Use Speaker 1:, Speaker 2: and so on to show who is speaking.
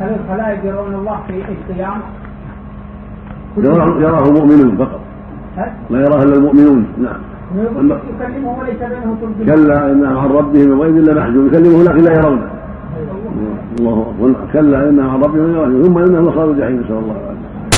Speaker 1: هل الخلائق يرون الله في القيام؟
Speaker 2: يراه يراه مؤمن فقط
Speaker 1: ها؟
Speaker 2: لا يراه الا المؤمنون نعم أما-
Speaker 1: يكلمه وليس بينه ترجمة
Speaker 2: كلا انها عن ربهم يومئذ لا محجوب يكلمه لكن لا يرونه الله اكبر كلا انها عن ربهم يومئذ ثم انهم لخالد الجحيم نسال الله العافيه